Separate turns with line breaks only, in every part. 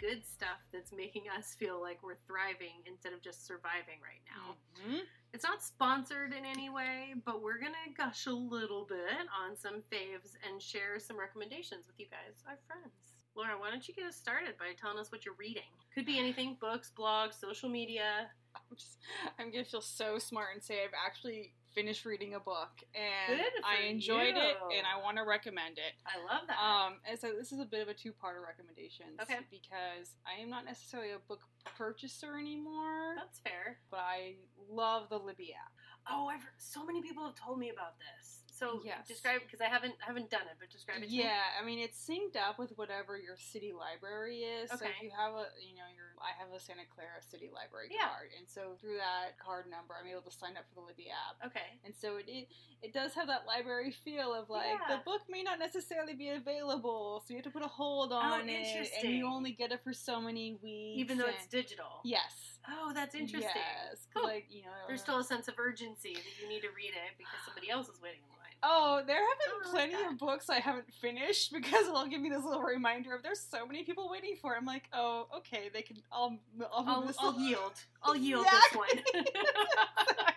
good stuff that's making us feel like we're thriving instead of just surviving right now.
Mhm.
It's not sponsored in any way, but we're going to gush a little bit on some faves and share some recommendations with you guys, our friends. Laura, why don't you get us started by telling us what you're reading? Could be anything books, blogs, social media.
I'm, just, I'm gonna feel so smart and say I've actually finished reading a book and
Good for
I enjoyed it
you.
and I want to recommend it.
I love that.
Um, and so this is a bit of a two-parter recommendation
Okay.
because I am not necessarily a book purchaser anymore,
that's fair.
but I love the Libby app.
Oh, I've so many people have told me about this. So
Yes.
describe because I haven't I haven't done it, but describe it. to me.
Yeah, I mean it's synced up with whatever your city library is. So if
Okay.
you have a, you know, your I have a Santa Clara City Library
Yeah.
card, and so through that card number, I'm able to sign up for the Libby app.
Okay.
And so it, it it does have that library feel of like
Yeah.
the book may not necessarily be available, so you have to put a hold on it, and
Oh, interesting.
you only get it for so many weeks.
Even though it's
and-
digital.
yes,
Oh, that's interesting.
Yes, 'cause,
Huh.
like you know,
There's still a sense of urgency that you need to read it because somebody else is waiting in line.
Oh, there have been
Something like
plenty
that.
of books I haven't finished because it'll give me this little reminder of there's so many people waiting for. it. I'm like, oh, okay, they can. I'll, I'll, move
I'll,
this
I'll
along.
yield. I'll yield this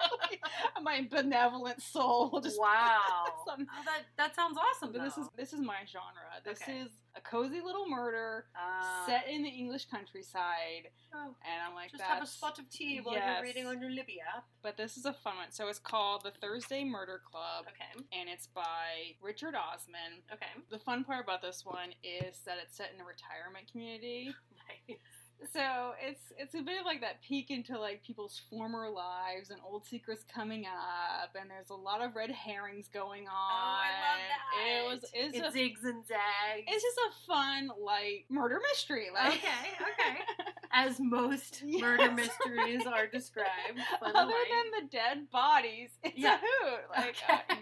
My benevolent soul will
one.
just.
wow.
Some-
Oh, that that sounds awesome.
But this
though.
is this is my genre. This
Okay.
is a cozy little murder
Uh,
set in the English countryside,
oh,
and I'm like,
just
that's.
have a spot of tea while you're
Yes.
reading on your Libby app.
But this is a fun one. So it's called the Thursday Murder Club,
Okay.
and it's by Richard Osman.
Okay.
The fun part about this one is that it's set in a retirement community.
Nice.
So it's it's a bit of like that peek into like people's former lives and old secrets coming up and there's a lot of red herrings going on.
Oh, I love that.
It was it's,
it
a,
zigs and zags.
it's just a fun like murder mystery. Like
okay, okay. As most
Yes.
murder mysteries are described. By the
other
light.
than the dead bodies, it's
Yeah.
a hoot. Like
Okay.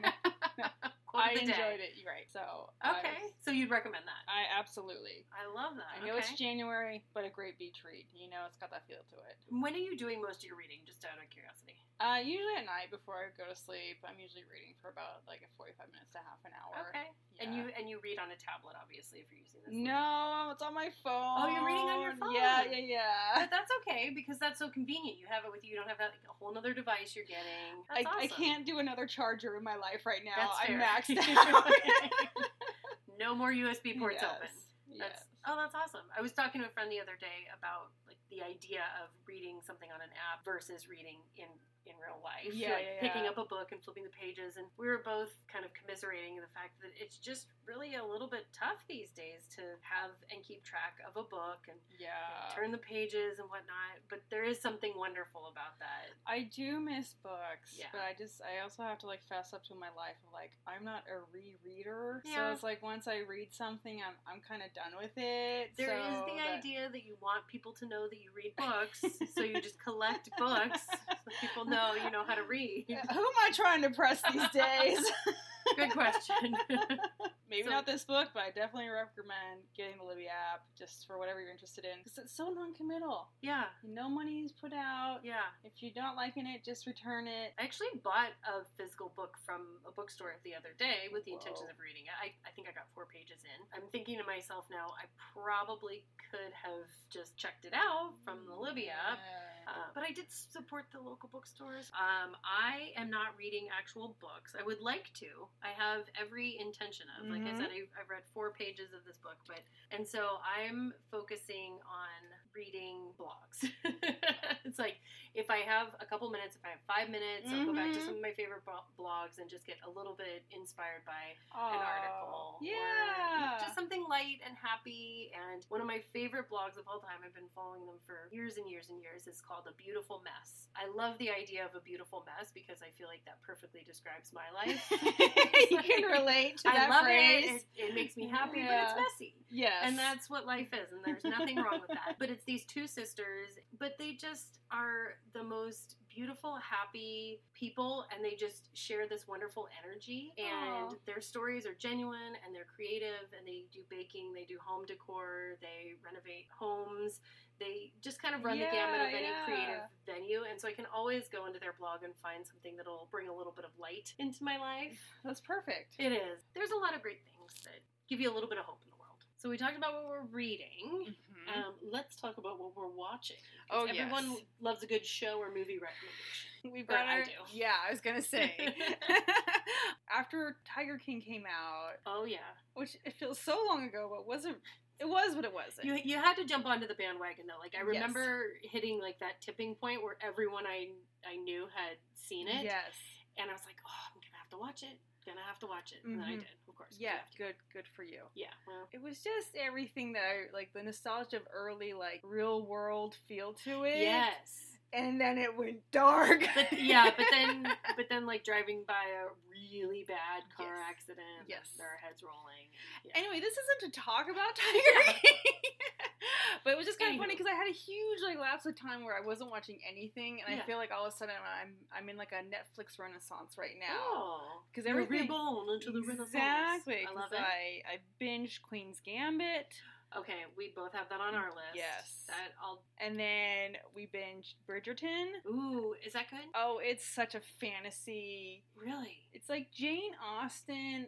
uh,
Quote
I
of the day.
enjoyed it. You're right. So I
Okay,
was-
so you'd recommend that?
I absolutely.
I love that.
I know
okay.
it's January, but a great beach read. You know, it's got that feel to it.
When are you doing most of your reading? Just out of curiosity.
Uh, usually at night before I go to sleep, I'm usually reading for about like a 45 minutes to half an hour.
Okay.
Yeah.
And you and you read on a tablet, obviously, if you're using this. Oh,
No, it's on my phone.
you're reading on your phone.
Yeah, yeah, yeah.
But that's okay because that's so convenient. You have it with you. You don't have that like, a whole other device you're getting.
I,
That's awesome.
I can't do another charger in my life right now.
That's fair.
I'm maxed out.
no more USB ports
Yes,
open. That's,
Yes.
Oh, that's awesome. I was talking to a friend the other day about like the idea of reading something on an app versus reading in in real life.
Yeah,
like
yeah,
picking
yeah.
up a book and flipping the pages and we were both kind of commiserating the fact that it's just really a little bit tough these days to have and keep track of a book and
yeah.
turn the pages and whatnot, but there is something wonderful about that.
I do miss books,
Yeah.
but I just I also have to like fess up to my life of like I'm not a rereader. So
Yeah.
it's like once I read something, I'm I'm kind of done with it.
There is
so
the
that-
idea that you want people to know that you read books, so you just collect books so people know you know how to read.
Who am I trying to press these days?
Good question.
Maybe
So-
not this book, but I definitely recommend getting the Libby app just for whatever you're interested in because it's so non-committal.
yeah,
No money is put out.
yeah.
If you're not liking it, just return it.
I actually bought a physical book from a bookstore the other day with the
Whoa.
intentions of reading it. I, I think I got four pages in. I'm thinking to myself now, I probably could have just checked it out from the Libby app.
Mm.
Uh, but I did support the local bookstores. Um, I am not reading actual books. I would like to. I have every intention of. Like I
Mhm.
said, I, I've read four pages of this book, but and so I'm focusing on reading blogs. it's like if I have a couple minutes, if I have five minutes, I'll go back to
Mhm.
some of my favorite bo- blogs and just get a little bit inspired by
Oh,
an article. or
Yeah.
just something light and happy. And one of my favorite blogs of all time, I've been following them for years and years and years, is called A Beautiful Mess. I love the idea of a beautiful mess because I feel like that perfectly describes my life.
you can relate to
I
that
love it.
phrase.
it. It makes me happy,
Yeah.
but it's messy.
Yes.
And that's what life is, and there's nothing wrong with that. But it's these two sisters, but they just are the most beautiful, happy people, and they just share this wonderful energy. And
Aw.
their stories are genuine, and they're creative, and they do baking, they do home decor, they renovate homes. They just kind of run the
Yeah,
gamut of any
yeah.
creative venue. And so I can always go into their blog and find something that'll bring a little bit of light into my life.
that's perfect.
It is. There's a lot of great things that give you a little bit of hope in the world. So we talked about what we're reading.
Mhm.
Um, let's talk about what we're watching. 'Cause
Oh,
everyone
yes.
loves a good show or movie recommendation.
We've
Or
got
I
our,
do.
Um, Yeah, I was gonna say. After Tiger King came out,
Oh yeah,
which it feels so long ago, but wasn't it was what it was.
you you had to jump onto the bandwagon though. Like I
Yes.
remember hitting like that tipping point where everyone I I knew had seen it,
Yes.
and I was like, oh, I'm gonna have to watch it. Gonna have to watch it, and then I
Mhm.
did, of course. 'cause you
Yeah,
have to.
good good for you.
Yeah. Well,
It was just everything that I like the nostalgia of early like real world feel to it.
yes.
And then it went dark.
But yeah, but then but then like driving by a really bad car
Yes.
accident,
Yes.
and their heads rolling. and- yeah.
Anyway, this isn't to talk about Tiger King. but it was just kind of funny
Anywho.
because I had a huge like lapse of time where I wasn't watching anything, and
Yeah.
I feel like all of a sudden I'm I'm in like a Netflix renaissance right now.
Oh,
'Cause
you're
everything-
reborn into the rhythm.
exactly.
I
'cause
love it.
I, I binged Queen's Gambit,
Okay, we both have that on our list.
Yes.
That I'll.
and then we binged Bridgerton.
Ooh, is that good?
Oh, it's such a fantasy.
Really?
It's like Jane Austen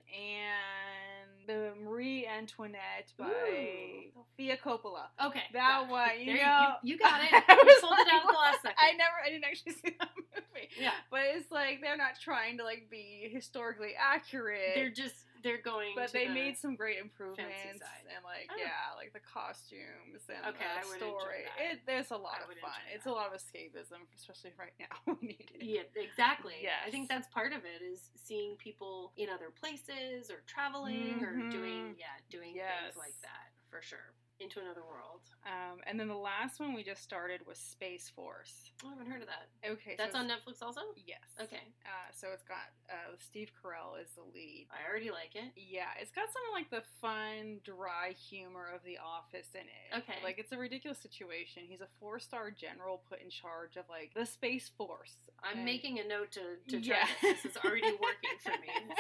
and the Marie Antoinette by
Ooh.
Sophia Coppola.
Okay.
That
got it.
one, you
There
know,
you, you got it.
I
You
was
pulled it out at the
like,
last second.
I never, I didn't actually see that movie.
Yeah.
But it's like they're not trying to like be historically accurate.
They're just they're going.
but
to
they
the-
made some great improvements
side.
and like
Oh.
yeah, like the costumes and
Okay, I
the
would enjoy
story.
that.
It there's a lot
I
of
would
fun.
enjoy
It's a
that.
lot of escapism, especially right now. we need it.
Yeah, exactly. I
Yes.
think that's part of it is seeing people in other places or traveling or
Mhm.
doing yeah, doing
Yes.
things like that for sure. Into another world.
Um, and then the last one we just started was Space Force.
Oh, I haven't heard of that.
Okay,
That's
so
on
it's-
Netflix also?
yes.
Okay.
Uh, so it's got uh, Steve Carell is the lead.
I already like it.
Yeah, it's got some of like the fun, dry humor of The Office in it.
Okay.
Like it's a ridiculous situation. He's a four star general put in charge of like the Space Force.
I'm
And-
making a note to, to try
Yeah.
this. This is already working for me.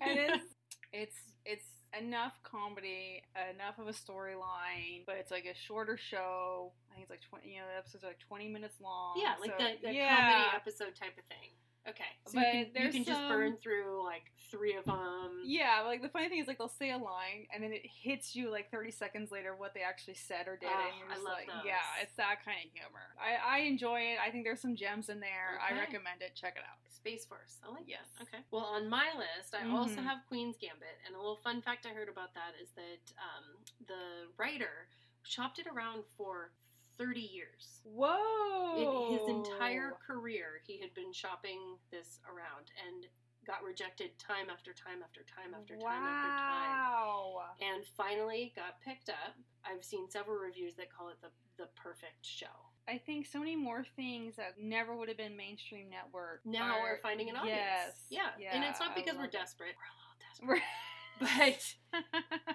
and it's it's it's enough comedy, enough of a storyline, but it's like a shorter show. I think it's like twenty you know, the episodes are like twenty minutes long.
yeah, like
so-
the, the comedy episode type of thing. Okay. So
But
you can, you
there's
can just
some-
burn through like three of them.
Yeah, but, like the funny thing is, like they'll say a line, and then it hits you like 30 seconds later what they actually said or did,
Oh,
and
I
you're just
love
like,
those.
yeah, it's that kind of humor. I, I enjoy it. I think there's some gems in there.
Okay.
I recommend it. Check it out.
Space Force. I like
Yes.
that. Okay. Well, on my list, I also
Mhm.
have Queen's Gambit, and a little fun fact I heard about that is that um, the writer shopped it around for 30 years.
Whoa!
In his entire career, he had been shopping this around and got rejected time after time after time after time after time.
Wow.
And finally got picked up. I've seen several reviews that call it the, the perfect show.
I think so many more things that never would have been mainstream network
Now we're finding an audience.
Yes.
Yeah. and it's not
I
because we're
love it.
desperate. We're a little desperate. But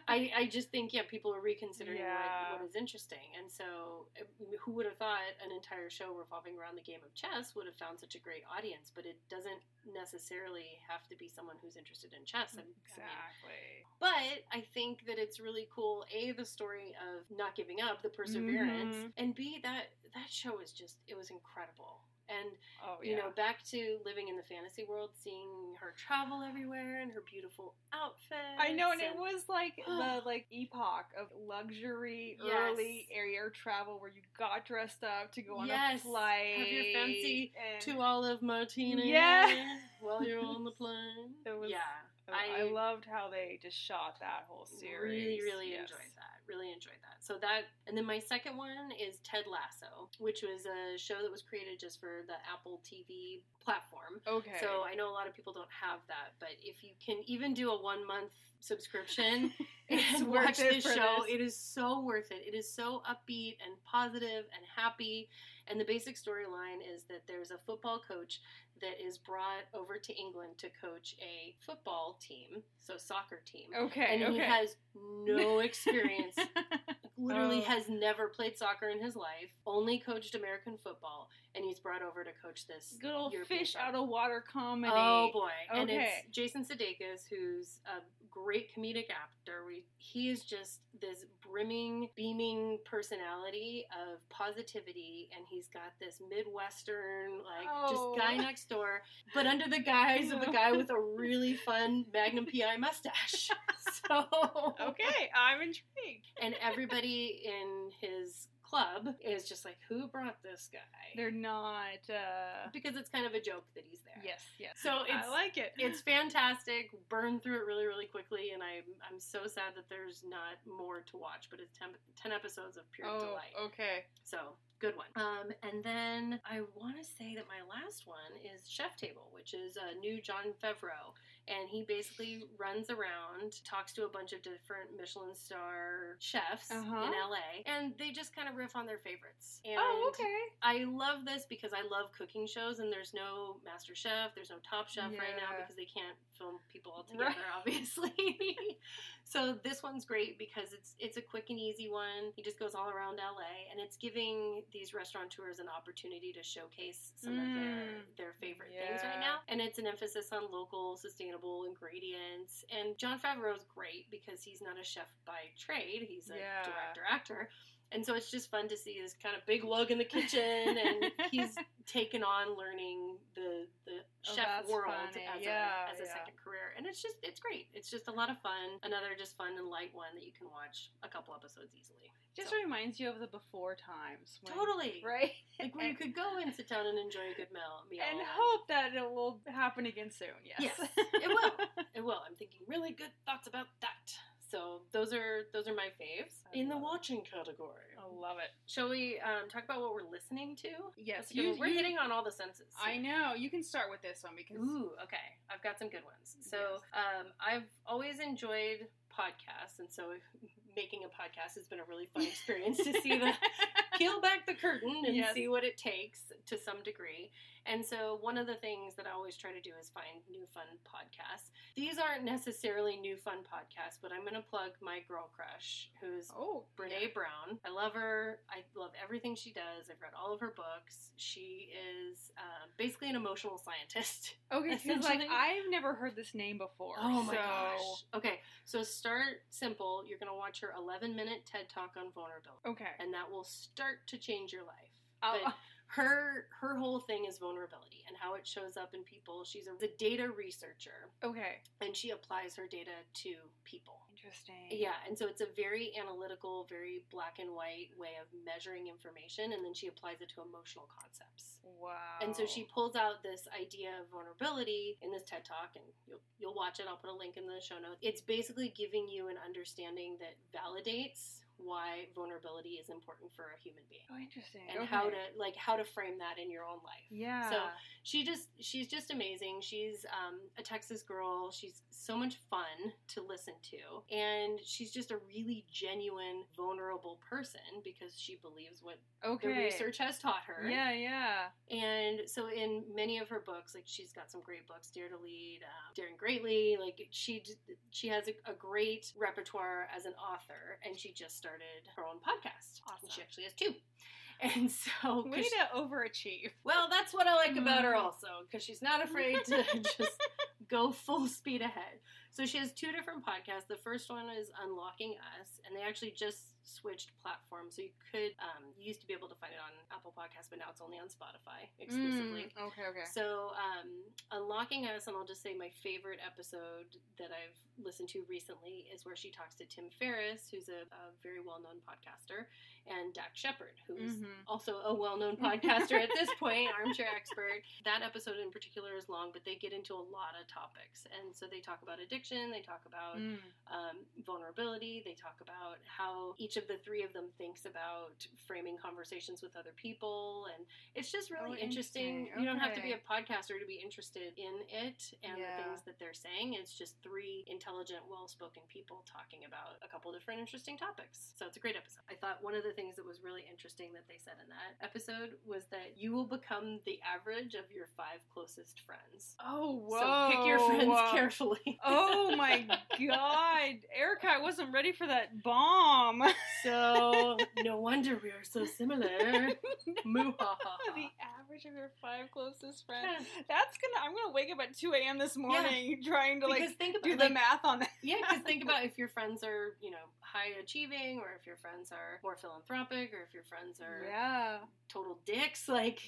I, I just think yeah, people are reconsidering
Yeah.
what, what is interesting, and so uh, who would have thought an entire show revolving around the game of chess would have found such a great audience? But it doesn't necessarily have to be someone who's interested in chess.
Mm,
I mean,
exactly.
but I think that it's really cool. A, the story of not giving up, the perseverance,
Mhm.
and B, that that show is just it was incredible. And
Oh yeah.
you know, back to living in the fantasy world, seeing her travel everywhere and her beautiful outfit.
I know, and it was like the like epoch of luxury
Yes.
early air travel where you got dressed up to go on
Yes.
a flight,
Have your fancy
and
two olive martini
Yeah.
while you're on the plane.
It was-
yeah,
I,
I
loved how they just shot that whole series.
really, really
Yes.
enjoyed that. Really enjoyed that. So that, and then my second one is Ted Lasso, which was a show that was created just for the Apple TV platform.
Okay.
So I know a lot of people don't have that, but if you can even do a one month subscription
It's
and
worth
watch
it
this
for
show,
this.
it is so worth it. It is so upbeat and positive and happy. And the basic storyline is that there's a football coach that is brought over to England to coach a football team, so soccer team.
okay.
And
okay.
he has no experience, literally
Oh.
has never played soccer in his life, only coached American football, and he's brought over to coach this
Good old
European
fish
soccer.
out of water comedy.
Oh boy! And
Okay.
it's Jason Sudeikis, who's a great comedic actor. We, he is just this brimming, beaming personality of positivity, and he's got this Midwestern, like
Oh.
just guy next door, but under the guise of a guy with a really fun Magnum PI mustache. So
Okay, I'm intrigued.
and everybody in his club is just like, who brought this guy?
They're not. uh
Because it's kind of a joke that he's there.
Yes, yes.
So it's
I like it.
it's fantastic. Burned through it really, really quickly, and I'm I'm so sad that there's not more to watch. But it's 10, 10 episodes of pure
oh,
delight.
okay.
So good one. Um, and then I want to say that my last one is Chef Table, which is a new John Favreau, and he basically runs around, talks to a bunch of different Michelin star chefs
Uh-huh.
in LA, and they just kind of riff on their favorites. And
Oh, okay.
I love this because I love cooking shows, and there's no Master Chef, there's no Top Chef right now
Yeah.
because they can't film people all together,
Right.
obviously. so this one's great because it's it's a quick and easy one. He just goes all around LA, and it's giving these restaurateurs an opportunity to showcase some of their
Mm.
their favorite things right
Yeah.
now. And it's an emphasis on local, sustainable ingredients. And John Favreau's great because he's not a chef by trade; he's a
Yeah.
director actor. And so it's just fun to see this kind of big lug in the kitchen, and he's taken on learning the the
Oh,
chef
that's
world
funny.
as
Yeah,
a as a
yeah.
second career. And it's just it's great. It's just a lot of fun. Another just fun and light one that you can watch a couple episodes easily.
Just
So-
reminds you of the before times. when-
totally
Right?
like where you could go and sit down and enjoy a good meal. meal
And hope that it will happen again soon. Yes.
Yes, it will. It will. I'm thinking really good thoughts about that. So those are those are my faves
I
in the
love it.
watching category.
I love it.
Oh. Shall we um, talk about what we're listening to?
Yes.
you,
You,
we're
you-
hitting on all the senses.
I know. You can start with this one because
Ooh, okay. I've got some good ones. So
Yes.
um, I've always enjoyed podcasts, and so making a podcast has been a really fun experience to see the peel back the curtain and
Yes.
see what it takes to some degree. And so one of the things that I always try to do is find new fun podcasts. These aren't necessarily new fun podcasts, but I'm going to plug my girl crush, who's
Oh,
Brene Brown. I love her. I love everything she does. I've read all of her books. She is um, basically an emotional scientist.
Okay, because like
Essentially-
I've never heard this name before.
Oh my
so-
gosh. Okay, so start simple. You're going to watch her 11 minute TED talk on vulnerability,
Okay.
and that will start to change your life.
I'll-
but- Her her whole thing is vulnerability and how it shows up in people. She's a, a data researcher,
okay.
and she applies her data to people.
Interesting.
Yeah, and so it's a very analytical, very black and white way of measuring information, and then she applies it to emotional concepts.
Wow.
And so she pulls out this idea of vulnerability in this TED Talk, and you'll, you'll watch it. I'll put a link in the show notes. It's basically giving you an understanding that validates why vulnerability is important for a human being,
Oh, interesting.
and
okay.
how to like how to frame that in your own life
Yeah.
she just she's just amazing she's um, a texas girl she's so much fun to listen to and she's just a really genuine vulnerable person because she believes what
okay.
the research has taught her
Yeah, yeah.
and so in many of her books like she's got some great books dare to lead um, daring greatly like she d- she has a, a great repertoire as an author and she just started her own podcast
Awesome.
she actually has two and so 'cause
Way to overachieve.
well, that's what I like about her
Mm.
also, because she's not afraid to just go full speed ahead. So she has two different podcasts. The first one is Unlocking Us, and they actually just switched platforms. So you could, um, you used to be able to find it on Apple Podcasts, but now it's only on Spotify exclusively.
Mm, okay, okay.
So, um, Unlocking Us, and I'll just say my favorite episode that I've listened to recently is where she talks to Tim Ferriss, who's a, a very well known podcaster, and Dak Shepard, who's
Mhm.
also a well-known podcaster at this point, armchair expert. That episode in particular is long, but they get into a lot of topics, and so they talk about addiction, they talk about
Mm.
um, vulnerability, they talk about how each of the three of them thinks about framing conversations with other people, and it's just really
Oh,
interesting.
interesting.
You don't have to be
Okay.
a podcaster to be interested in it and
Yeah.
the things that they're saying. It's just three intelligent, well-spoken people talking about a couple different interesting topics. So it's a great episode. I thought one of the things that was really interesting that they said in that episode was that you will become the average of your five closest friends.
Oh, whoa.
So pick your friends
whoa.
carefully.
Oh my god. Erica, I wasn't ready for that bomb.
So no wonder we are so similar. Moo ha ha. ha.
the average of your five closest friends. That's gonna. I'm gonna wake up at 2 a.m. this morning trying to like
Because think
do
about
the
like,
math on that.
yeah, because think about if your friends are you know high achieving, or if your friends are more philanthropic, or if your friends are
Yeah.
total dicks. Like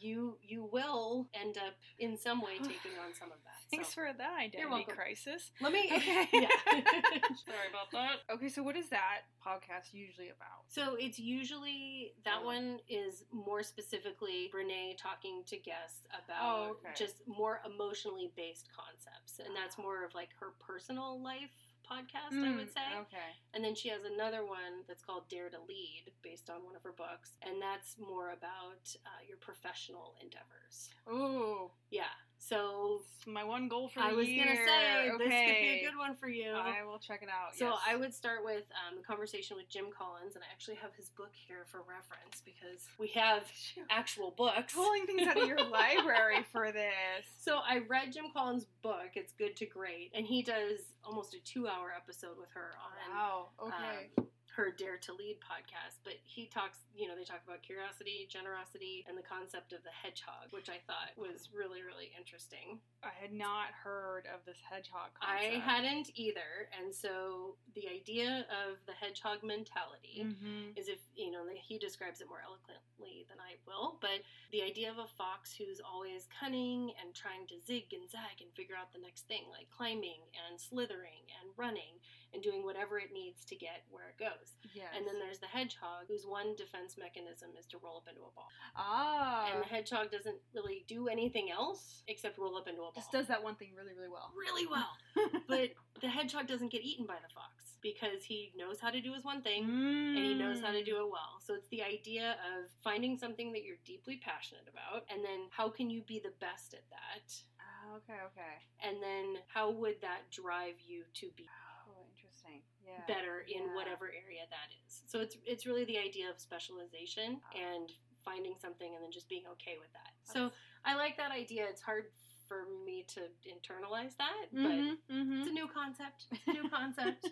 you, you will end up in some way taking on some of that.
Thanks
So,
for that identity
welcome.
crisis.
let me.
Okay.
yeah. Sorry about that.
Okay, so what is that podcast usually about?
So it's usually that
Oh.
one is more specifically Brene talking to guests about
Oh, okay.
just more emotionally based concepts, and that's more of like her personal life podcast, I would
Mm,
say.
Okay.
And then she has another one that's called Dare to Lead, based on one of her books, and that's more about uh, your professional endeavors.
Ooh,
Yeah. So
it's my one goal for
I
the
was
year.
gonna say this could be
Okay.
a good one for you.
I will check it out.
So
yes.
I would start with um, the conversation with Jim Collins, and I actually have his book here for reference because we have actual books.
pulling things out of your library for this.
So I read Jim Collins' book, It's Good to Great, and he does almost a two-hour episode with her on
Wow. Okay.
um, her Dare to Lead podcast, but he talks, you know, they talk about curiosity, generosity, and the concept of the hedgehog, which I thought was really, really interesting.
I had not heard of this hedgehog concept.
I hadn't either, and so the idea of the hedgehog mentality.
Mhm.
Is if, you know, he describes it more eloquently than I will, but the idea of a fox who's always cunning and trying to zig and zag and figure out the next thing, like climbing and slithering and running and doing whatever it needs to get where it goes.
Yes.
And then there's the hedgehog, whose one defense mechanism is to roll up into a ball.
ah,
and the hedgehog doesn't really do anything else except roll up into a ball.
just does that one thing really, really well.
really well. but the hedgehog doesn't get eaten by the fox because he knows how to do his one thing and he knows how to
Hmm.
do it well. So it's the idea of finding something that you're deeply passionate about and then how can you be the best at that?
Ah, okay. Okay.
And then how would that drive you to be
Oh, interesting. Yeah.
better in
Yeah.
whatever area that is. So it's it's really the idea of specialization and finding something and then just being okay with that. So I like that idea. It's hard for me to internalize that, but
Mhm, mhm.
it's a new concept. It's a new concept.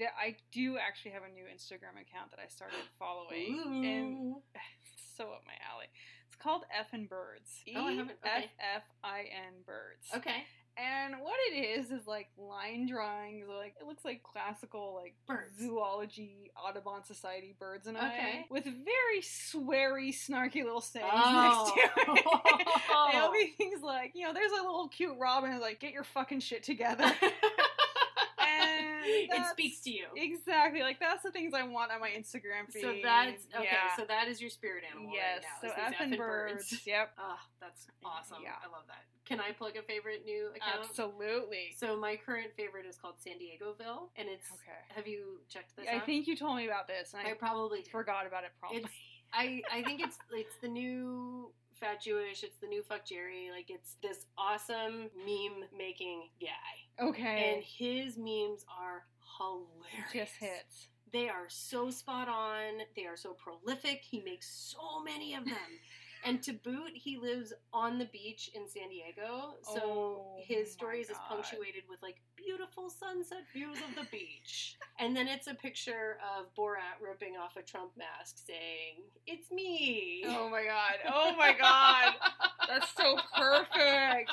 Yeah, I do actually have a new Instagram account that I started following, and
Ooh.
it's so up my alley. It's called F and Birds.
Oh, I haven't- okay.
E F F I N Birds.
Okay.
And what it is is like line drawings, like it looks like classical like
Birds.
zoology, Audubon Society birds and I
Okay.
with very sweary, snarky little sayings
Oh.
next to it. It'll be things like, you know, there's a little cute robin who's like, get your fucking shit together. and
it
that's-
speaks to you.
Exactly. Like that's the things I want on my Instagram feed.
So that's okay.
Yeah.
So that is your spirit animal
yes.
right
so
now.
F
is these
and
effing
birds. Yep.
Ah, that's awesome.
Yeah.
I love that. Can I plug a favorite new account?
Absolutely.
So my current favorite is called San Diegoville, and it's.
okay.
Have you checked this
I
out?
think you told me about this, and I,
I probably did.
forgot about it. Probably.
It's. I I think it's it's the new fat Jewish. It's the new fuck Jerry. Like it's this awesome meme making guy,
okay.
and his memes are hilarious.
just hits.
They are so spot on. They are so prolific. He makes so many of them. and to boot, he lives on the beach in San Diego. So
Oh
his
my
stories is
God.
punctuated with like beautiful sunset views of the beach. And then it's a picture of Borat ripping off a Trump mask saying, It's me.
Oh my god. Oh my god. That's so perfect.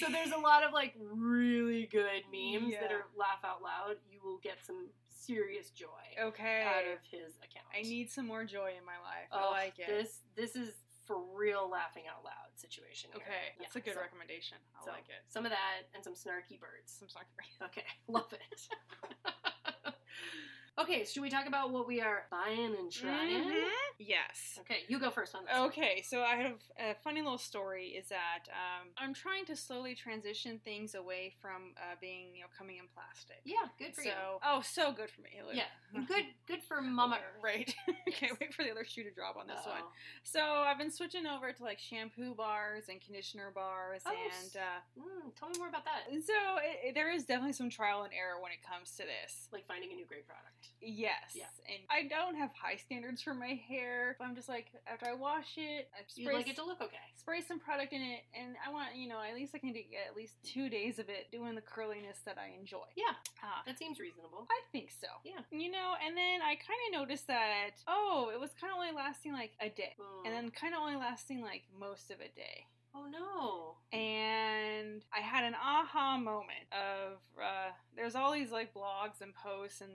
so there's a lot of like really good memes that
Yeah.
are laugh out loud. You will get some serious joy
Okay.
out of his account.
I need some more joy in my life.
Oh,
I like it.
This this is for real laughing out loud situation. here.
okay.
Yeah,
That's a good
so-
recommendation. I
so
like it. Mm.
Some of that and some snarky birds.
Some soccer.
Okay, love it. okay, should we talk about what we are buying and trying?
Mhm. Yes.
Okay, you go first on this.
Okay, so I have a funny little story. Is that um, I'm trying to slowly transition things away from uh, being, you know, coming in plastic.
Yeah, good for
so, oh, so good for me.
you. Yeah, good good for Mama Earth.
Right.
Yes.
Can't wait for the other shoe to drop on this one.
Uh-oh.
So I've been switching over to like shampoo bars and conditioner bars,
Oh, s-
and uh,
Mm, tell me more about that.
so it, it- there is definitely some trial and error when it comes to this.
Like finding a new great product.
Yes.
Yeah.
And I don't have high standards for my hair. But I'm just like after I wash it, I
You'd
spray
like it to look okay.
spray some product in it, and I want you know at least I can do, get at least two days of it doing the curliness that I enjoy.
Yeah.
Uh,
That seems reasonable.
I think so.
Yeah.
You know, and then I kind of noticed that oh, it was kind of only lasting like a day,
Hmm.
and then kind of only lasting like most of a day.
oh no.
and I had an aha moment of uh, there's all these like blogs and posts and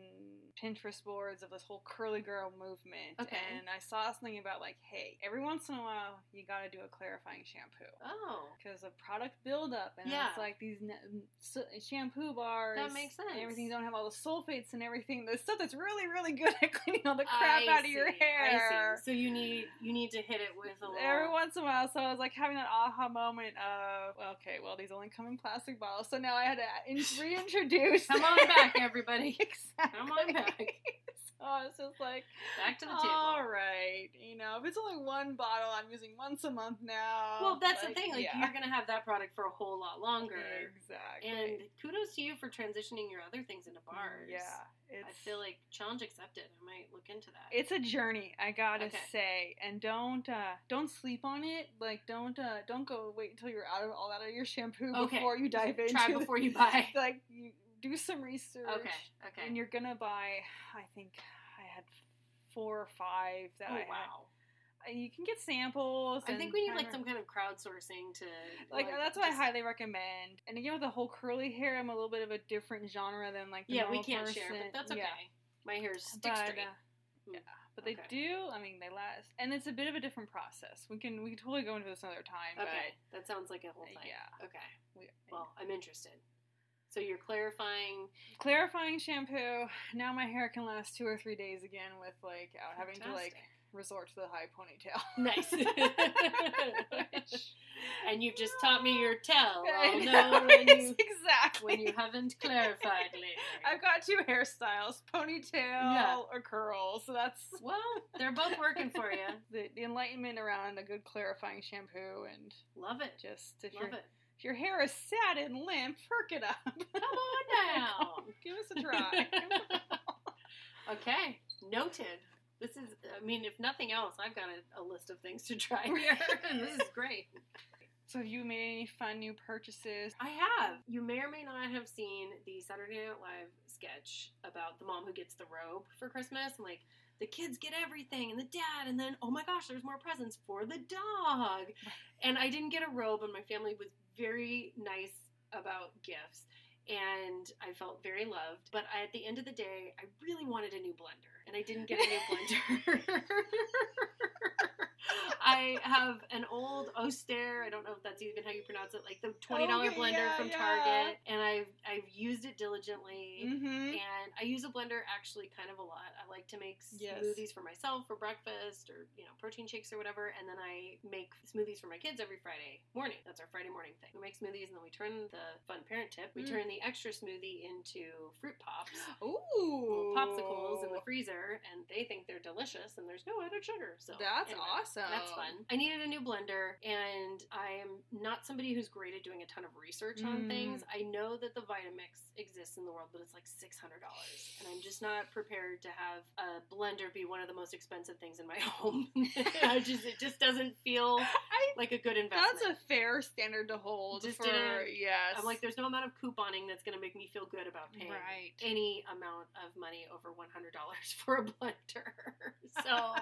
Pinterest boards of this whole curly girl movement.
Okay.
And I saw something about like, hey, every once in a while you gotta do a clarifying shampoo
Oh.
because of product buildup and
Yeah.
it's like these n- s- shampoo bars.
That makes sense.
And everything don't have all the sulfates and everything. The stuff that's really really good at cleaning all the crap
I
out of your
see, I see.
hair.
So you need you need to hit it with a little.
Every once in a while, so I was like having that aha moment of, well, okay, well, these only come in plastic bottles, so now I had to in- reintroduce.
Come on back, everybody.
exactly.
Come on back.
So I was just like,
Back to the table.
all right, you know, if it's only one bottle, I'm using once a month now.
Well, that's the thing. Like
yeah.
you're gonna have that product for a whole lot longer.
exactly.
And kudos to you for transitioning your other things into bars.
yeah,
I feel like challenge accepted. I might look into that.
it's a journey i gotta
Okay.
say and don't uh don't sleep on it like don't uh don't go wait until you're out of all out of your shampoo
Okay.
before you dive into
Try
it.
before you buy.
like you do some research
okay. Okay.
and you're gonna buy i think i had four or five that
oh
i
wow.
had. you can get samples
I
and
think we need like
kinda-
some kind of crowdsourcing to
like that's what
just-
I highly recommend. And again, with the whole curly hair, I'm a little bit of a different genre than like the
Yeah, we
normal
can't share,
person.
but that's okay.
Yeah.
My hair sticks
But,
straight.
uh, yeah, but they
mm, Okay.
do. I mean, they last, and it's a bit of a different process. We can we can totally go into this another time.
okay, that sounds like a whole
But Uh,
thing.
yeah,
Okay.
we,
Well, I'm interested. So you're clarifying.
clarifying shampoo. Now my hair can last two or three days again with like out having to like
Fantastic.
resort to the high ponytail.
Nice. and you've just taught me your tell.
I
I'll
know,
know when you,
exactly.
when you haven't clarified later.
I've got two hairstyles: ponytail
Yeah.
or curl. So that's
well, they're both working for you.
the, the enlightenment around a good clarifying shampoo, and
Love it.
just if your
Love it.
if your hair is sad and limp, perk it up.
Come on now.
Give us a try.
okay, noted. This is, I mean, if nothing else, I've got a, a list of things to try here. this is great.
so, have you made any fun new purchases?
I have. You may or may not have seen the Saturday Night Live sketch about the mom who gets the robe for Christmas and like the kids get everything and the dad and then oh my gosh, there's more presents for the dog. And I didn't get a robe and my family was very nice about gifts and I felt very loved, but I, at the end of the day, I really wanted a new blender and I didn't get a new blender. I have an old Oster. I don't know if that's even how you pronounce it, like the twenty
Okay,
dollar
Oh,
blender
yeah,
from
yeah.
Target, and I've I've used it diligently.
Mm-hmm.
And I use a blender actually kind of a lot. I like to make
Yes.
smoothies for myself for breakfast or, you know, protein shakes or whatever. And then I make smoothies for my kids every Friday morning. That's our Friday morning thing. We make smoothies and then we turn the fun parent tip. We
Mm.
turn the extra smoothie into fruit pops,
Ooh,
little popsicles in the freezer, and they think they're delicious and there's no added sugar. So
That's
anyway.
awesome.
That's fun. I needed a new blender, and I am not somebody who's great at doing a ton of research
Mm.
on things. I know that the Vitamix exists in the world, but it's like six hundred dollars, and I'm just not prepared to have a blender be one of the most expensive things in my home. I just it just doesn't feel
I,
like a good investment.
that's a fair standard to hold.
Just
for
didn't-
yes,
I'm like, there's no amount of couponing that's going to make me feel good about paying
right.
any amount of money over $100 for a blender. so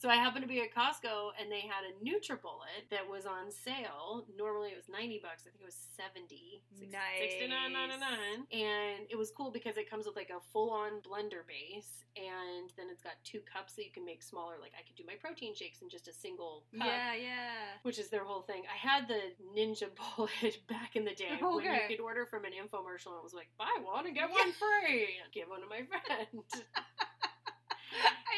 so I happened to be at Costco and they had a NutriBullet that was on sale. Normally it was 90 bucks. I think it was 70. Six-
Nice.
69.99. And it was cool because it comes with like a full-on blender base and then it's got two cups that you can make smaller like I could do my protein shakes in just a single cup
yeah, yeah.
which is their whole thing. I had the Ninja Bullet back in the day when you
Okay.
could order from an infomercial and it was like, buy one and get one free. Give one to my friend.
I-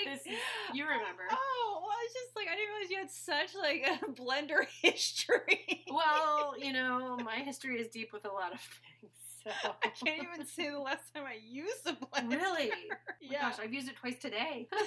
This is- you remember.
Oh, well, it's just like I didn't realize you had such like a blender history.
well, you know, my history is deep with a lot of things.
so I can't even say the last time I used a blender.
Really? Oh
Yeah.
Gosh, I've used it twice today.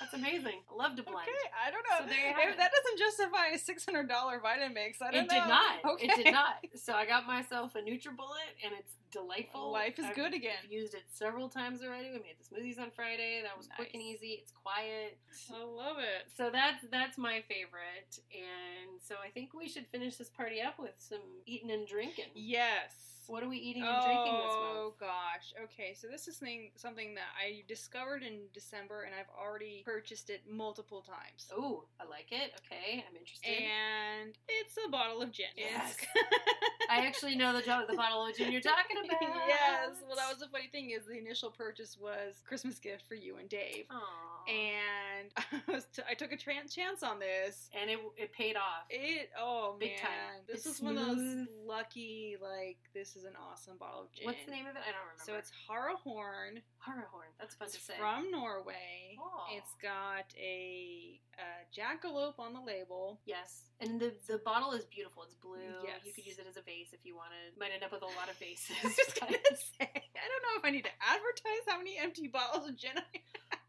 That's amazing. I love to blend.
Okay, I don't know.
So there you have
If
it.
that doesn't justify a six hundred dollar Vitamix, I don't
It
know.
did not.
Okay.
It did not. So I got myself a NutriBullet, and it's delightful.
Life is
I've
good again.
Used it several times already. We made the smoothies on Friday. That was quick and
Nice. Oh,
easy. It's quiet.
I love it.
So that's that's my favorite, and so I think we should finish this party up with some eating and drinking.
Yes.
What are we eating and drinking this month?
Oh gosh. Okay, so this is thing something that I discovered in December, and I've already purchased it multiple times.
Oh, I like it. Okay, I'm interested.
And it's a bottle of gin.
Yes.
It's-
I actually know the jo- the bottle of gin you're talking about.
yes. Well, that was the funny thing is the initial purchase was Christmas gift for you and Dave,
Aw.
and I was t- I took a tran chance on this.
and it it paid off.
It oh
Big
man,
time.
this
It's
is one of those
smooth.
lucky like this is an awesome bottle of gin.
What's the name of it? I don't remember.
So it's Harahorn.
horror horn. That's fun
It's
to say.
from Norway.
Oh.
It's got a, uh jackalope on the label.
Yes, and the the bottle is beautiful. It's blue.
Yes.
You could use it as a vase if you wanted. Might end up with a lot of vases.
I was gonna say, I don't know if I need to advertise how many empty bottles of gin I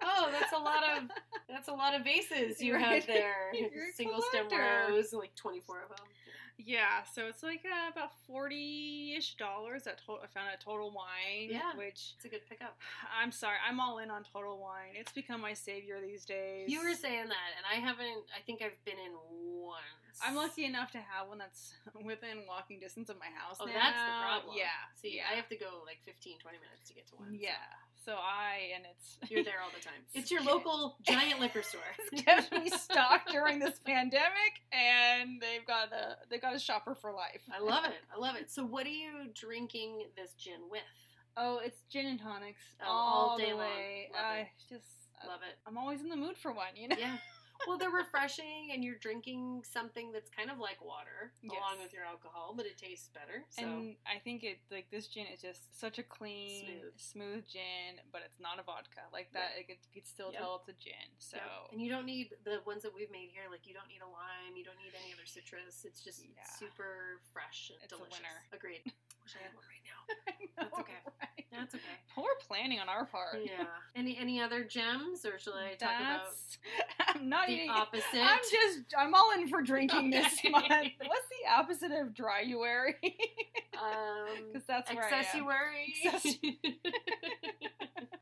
oh, that's a lot of that's a lot of vases you have
Right.
there.
You're a
Single stem
collector.
rows, like twenty four of them.
Yeah, so it's like uh, about 40 ish dollars at to- I found at Total Wine.
Yeah.
Which,
It's a good pickup.
I'm sorry, I'm all in on Total Wine. It's become my savior these days.
You were saying that, and I haven't. I think I've been in once.
I'm lucky enough to have one that's within walking distance of my house.
Oh,
now.
that's the problem.
Yeah.
See,
yeah.
I have to go like 15, 20 minutes to get to one. so
Yeah. So I, and it's.
You're there all the time. It's your
Yeah.
local giant liquor store.
It's kept me stocked during this pandemic, and they've got a they got a shopper for life.
I love it. I love it. So, what are you drinking this gin with?
Oh, it's gin and tonics
Oh,
all,
all day
the
long.
way.
Love
I
it.
just
Love it.
I'm always in the mood for one, you know.
Yeah. Well, they're refreshing, and you're drinking something that's kind of like water
Yes.
along with your alcohol, but it tastes better. So,
And I think it like this gin is just such a clean,
Smooth.
smooth, gin, but it's not a vodka like that. Like
Right.
it could still
Yep.
tell it's a gin. So
Yeah. and you don't need the ones that we've made here. Like you don't need a lime, you don't need any other citrus. It's just
Yeah.
super fresh and
It's a
delicious.
winner.
Agreed. Wish I had one right now. That's okay.
right?
That's okay.
Poor planning on our part.
Yeah. Any any other gems, or shall I talk about
That's- I'm not
the
eating.
opposite?
I'm just I'm all in for drinking this
Okay.
month. What's the opposite of dryuary?
um,
Because that's where I am.
accessuary.
Accessu-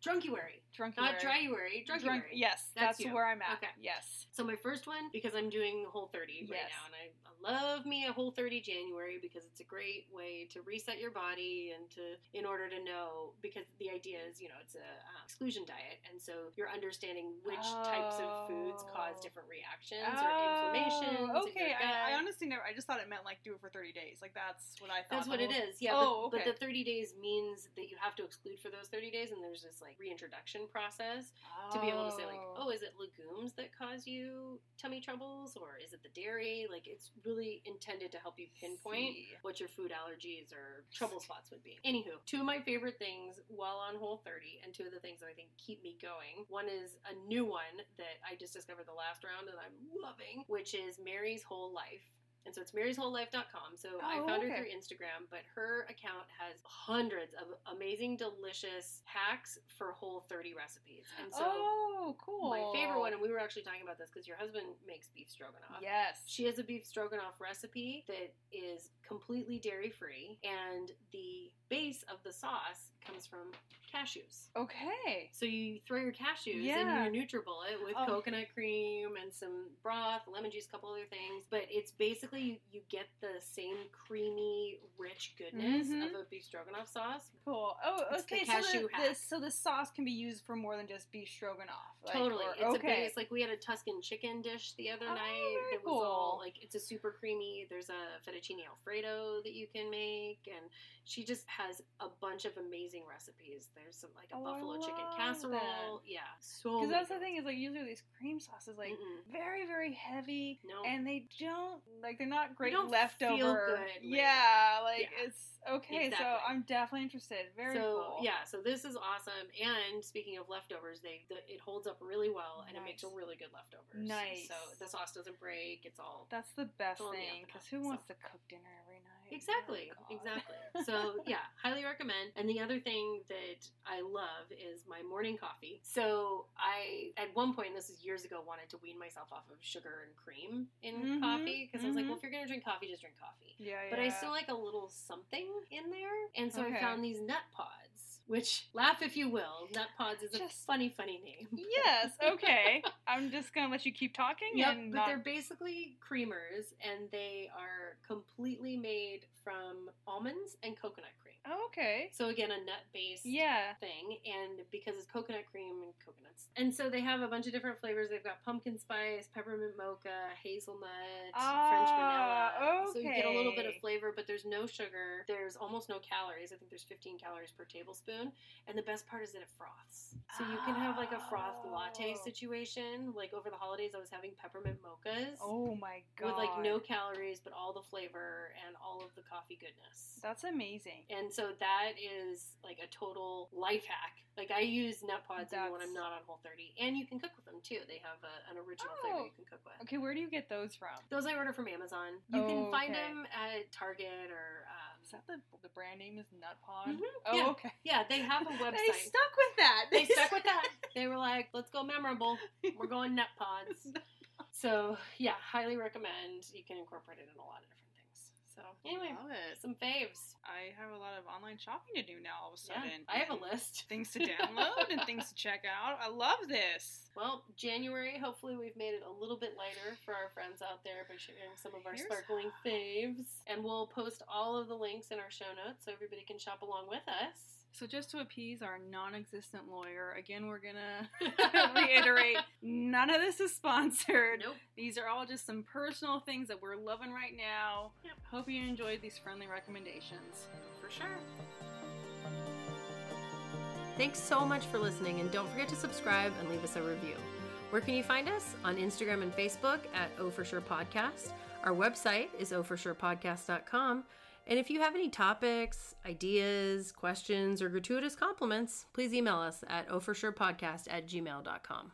Drunkuary.
Drunk,
Not dryuary, drunkuary.
Drunk, yes,
That's
that's,
you.
where I'm at.
Okay.
Yes.
So my first one, because I'm doing Whole 30 right
Yes.
now, and I, I love me a Whole 30 January because it's a great way to reset your body and to, in order to know, because the idea is, you know, it's a uh, exclusion diet, and so you're understanding which types of foods cause
Oh.
different reactions or inflammations.
Oh,
in your
Okay, I, I
gut.
honestly never. I just thought it meant like do it for 30 days. Like that's what I thought.
That's
the
what it
whole-
is. Yeah.
Oh,
but,
okay.
but the 30 days means that you have to exclude for those 30 days, and there's this like reintroduction process to be able to say like, oh, is it legumes that cause you tummy troubles, or is it the dairy? Like, it's really intended to help you pinpoint
See.
what your food allergies or trouble spots would be. Anywho, two of my favorite things while on Whole 30, and two of the things that I think keep me going. One is a new one that I just discovered the last round, and I'm loving, which is Mary's Whole Life. And so it's maryswholelife.com. So I
Oh,
found her
okay.
through Instagram, but her account has hundreds of amazing, delicious hacks for Whole 30 recipes. And so
oh, cool.
my favorite one, and we were actually talking about this because your husband makes beef stroganoff.
Yes.
She has a beef stroganoff recipe that is completely dairy free, and the base of the sauce comes from cashews.
okay.
So you throw your cashews
Yeah.
in your NutriBullet with
Oh.
coconut cream and some broth, lemon juice, couple other things. But it's basically you, you get the same creamy, rich goodness
Mhm.
of a beef stroganoff sauce.
Cool. Oh,
It's the
okay. so
cashew
the,
hack.
the, so the sauce can be used for more than just beef stroganoff. like,
totally,
or-
it's
okay.
a base. Like we had a Tuscan chicken dish the other
Oh,
night
very
that was all
cool.
like it's a super creamy. There's a fettuccine alfredo that you can make, and she just has a bunch of amazing recipes. There's some like a
Oh, I
buffalo chicken
love
casserole. Yeah, so
Because
many
that's the
good
thing
ones.
is like usually these cream sauces like
Mm-mm.
very very heavy
no,
and they don't like they're not great
don't
leftover.
feel good
yeah, like
Yeah.
it's okay. So
Exactly.
I'm definitely interested. Very
so
cool.
yeah, so this is awesome. And speaking of leftovers, they the, it holds up really well, and it makes a
Nice.
really good leftovers.
Nice.
So the sauce doesn't break. It's all
that's the best
Totally
thing
up to
because
that,
who
so.
wants to cook dinner every night? Oh,
Exactly,
God.
exactly. So, yeah, highly recommend. And the other thing that I love is my morning coffee. So, I, at one point, this is years ago, wanted to wean myself off of sugar and cream in
Mhm,
coffee because I was like,
mhm.
well, if you're going to drink coffee, just drink coffee.
Yeah,
But I
yeah.
still like a little something in there. And so I
Okay.
found these nut pods, which laugh if you will. Nut pods is a
Just-
funny, funny name.
Yes. Okay. I'm just gonna let you keep talking
Yep,
and
but
not
they're basically creamers and they are completely made from almonds and coconut cream.
Oh, okay.
So again, a nut based
Yeah.
thing, and because it's coconut cream and coconuts, and so they have a bunch of different flavors. They've got pumpkin spice, peppermint mocha, hazelnut, French vanilla.
Ah,
So you get a little bit of
okay.
flavor, but there's no sugar. There's almost no calories. I think there's 15 calories per tablespoon. And the best part is that it froths, so you can have like a froth latte
Oh.
situation. Like over the holidays, I was having peppermint mochas.
Oh my god.
With like no calories, but all the flavor and all of the coffee goodness.
That's amazing.
And so that is like a total life hack. Like I use nut pods even when
That's-
I'm not on Whole 30, and you can cook with them too. They have a, an original
Oh.
flavor you can cook with.
Okay, where do you get those from?
Those I order from Amazon. You can
Oh,
find
okay.
them at Target or
Is
um,
that the the brand name is Nut Pod?
Mhm,
Oh,
yeah.
okay.
yeah, they have a
They
website.
stuck with that.
They stuck with that. They were like, "Let's go memorable. We're going nut pods." So yeah, highly recommend. You can incorporate it in a lot of different things. So anyway,
Love it.
some faves.
I have a lot of online shopping to do now. All of a
Yeah,
sudden,
I have a
and
list.
Things to download and things to check out. I love this.
Well, January, hopefully we've made it a little bit lighter for our friends out there by sharing some of our
Here's
sparkling faves. And we'll post all of the links in our show notes so everybody can shop along with us.
So just to appease our non-existent lawyer, again, we're gonna reiterate: none of this is sponsored.
Nope.
These are all just some personal things that we're loving right now.
Yep.
Hope you enjoyed these friendly recommendations.
For sure. Thanks so much for listening and don't forget to subscribe and leave us a review. Where can you find us? On Instagram and Facebook at O For Sure Podcast. Our website is oforsurepodcast.com. And if you have any topics, ideas, questions, or gratuitous compliments, please email us at oforsurepodcast at gmail.com.